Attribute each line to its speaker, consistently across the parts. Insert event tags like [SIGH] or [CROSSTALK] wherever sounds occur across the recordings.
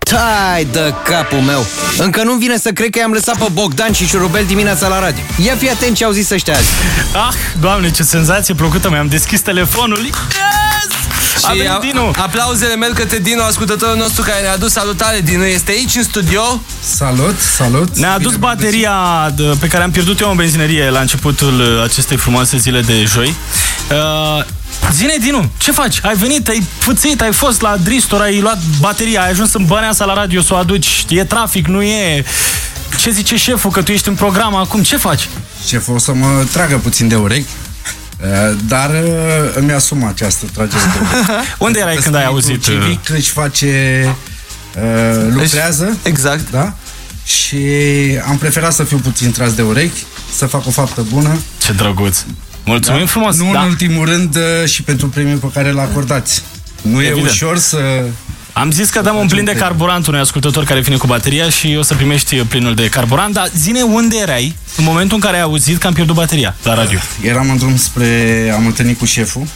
Speaker 1: Tai de capul meu! Încă nu-mi vine să cred că i-am lăsat pe Bogdan și Șurubel dimineața la radio. Ia fi atent ce au zis ăștia azi.
Speaker 2: Ah, doamne, ce senzație plăcută, mi-am deschis telefonul. Yes!
Speaker 3: Și
Speaker 2: Avem
Speaker 3: a-
Speaker 2: Dinu.
Speaker 3: aplauzele merg către Dinu, ascultătorul nostru care ne-a adus salutare. Dinu este aici în studio.
Speaker 4: Salut, salut!
Speaker 2: Ne-a adus bateria d- pe care am pierdut eu în benzinărie la începutul uh, acestei frumoase zile de joi. Uh, Zine, Dinu, ce faci? Ai venit, ai pățit, ai fost la Dristor, ai luat bateria, ai ajuns în Băneasa la radio să o aduci, e trafic, nu e... Ce zice șeful că tu ești în program acum? Ce faci?
Speaker 4: Șeful o să mă tragă puțin de urechi, [LAUGHS] uh, dar uh, îmi asum această
Speaker 2: [LAUGHS]
Speaker 4: tragere de urechi.
Speaker 2: Unde erai când ai auzit? Deci-
Speaker 4: Spiritul
Speaker 2: uh,
Speaker 4: Civic își face... Uh, lucrează,
Speaker 3: Exact.
Speaker 4: da? Și am preferat să fiu puțin tras de urechi, să fac o faptă bună.
Speaker 2: Ce drăguț! Mulțumim frumos!
Speaker 4: Nu
Speaker 2: da.
Speaker 4: în ultimul rând uh, și pentru premiul pe care l acordați. Nu
Speaker 2: Evident.
Speaker 4: e ușor să...
Speaker 2: Am zis că dăm un plin de carburant unui ascultător care vine cu bateria și o să primești plinul de carburant, dar zine unde erai în momentul în care ai auzit că am pierdut bateria la radio.
Speaker 4: Eram în drum spre... Am întâlnit cu șeful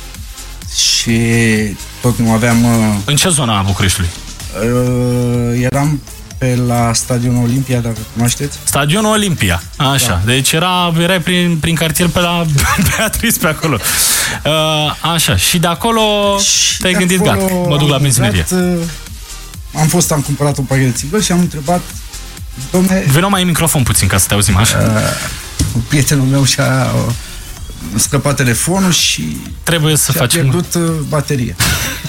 Speaker 4: și tot nu aveam... Uh,
Speaker 2: În ce zona a Bucureștiului?
Speaker 4: Uh, eram pe la stadionul Olimpia, dacă cunoașteți.
Speaker 2: Stadionul Olimpia. Așa. Da. Deci era, erai prin, prin cartier pe la [LAUGHS] Beatriz pe acolo. Uh, așa. Și de acolo te-ai
Speaker 4: de
Speaker 2: gândit,
Speaker 4: acolo
Speaker 2: gata, mă duc
Speaker 4: am
Speaker 2: la benzinărie.
Speaker 4: intrat, uh, Am fost, am cumpărat un pachet de țiglă și am întrebat domne, [LAUGHS]
Speaker 2: Vino mai în microfon puțin ca să te auzim așa.
Speaker 4: uh, prietenul meu și-a uh, scăpat telefonul și
Speaker 2: Trebuie să
Speaker 4: a
Speaker 2: facem...
Speaker 4: pierdut uh, baterie.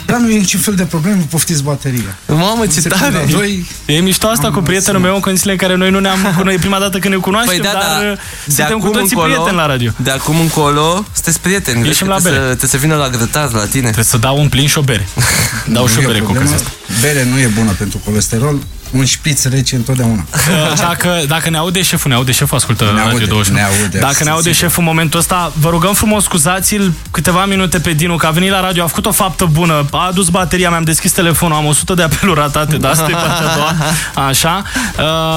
Speaker 4: Dar nu e niciun fel de problemă, poftiți bateria.
Speaker 3: Mamă, ce
Speaker 4: Secunda a
Speaker 3: tare!
Speaker 4: doi,
Speaker 2: E mișto asta
Speaker 4: Am
Speaker 2: cu prietenul
Speaker 4: mulțumit.
Speaker 2: meu în condițiile în care noi nu ne-am cunoscut, e prima dată când ne cunoaștem,
Speaker 3: Păi da,
Speaker 2: dar
Speaker 3: da.
Speaker 2: uh,
Speaker 3: De
Speaker 2: suntem cu
Speaker 3: acum
Speaker 2: toții
Speaker 3: încolo-
Speaker 2: prieteni la radio.
Speaker 3: De acum încolo, sunteți prieteni. Vezi că
Speaker 2: la
Speaker 3: trebuie
Speaker 2: bere.
Speaker 3: să- Trebuie să vină la grătar la tine.
Speaker 2: Trebuie să dau un plin și o
Speaker 4: [LAUGHS]
Speaker 2: bere. Dau și
Speaker 4: nu
Speaker 2: o
Speaker 4: e
Speaker 2: bere cu
Speaker 4: problemă.
Speaker 2: ocazia asta.
Speaker 4: Bere nu e bună pentru colesterol, un șpiț rece
Speaker 2: [LAUGHS]
Speaker 4: întotdeauna.
Speaker 2: Uh, Dacă, dacă ne aude șeful, ne aude șeful, ascultă
Speaker 4: aude,
Speaker 2: Radio 21.
Speaker 4: ne aude,
Speaker 2: dacă ne aude
Speaker 4: sigur.
Speaker 2: șeful în momentul ăsta, vă rugăm frumos, scuzați-l câteva minute pe Dinu, că a venit la radio, a făcut o faptă bună, a adus bateria, mi-am deschis telefonul, am 100 de apeluri ratate, dar asta e partea a doua. Așa.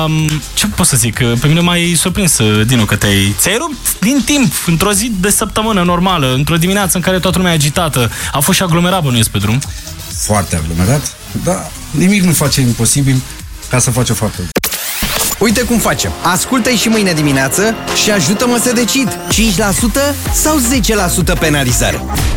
Speaker 2: Um, ce pot să zic? Pe mine m-ai surprins, Dinu, că te-ai... Ți-ai rupt din timp, într-o zi de săptămână normală, într-o dimineață în care toată lumea e agitată. A fost și aglomerat, bănuiesc, pe drum.
Speaker 4: Foarte aglomerat, dar nimic nu face imposibil ca să faci o faptă.
Speaker 1: Uite cum facem. Ascultă-i și mâine dimineață și ajută-mă să decid. 5% sau 10% penalizare.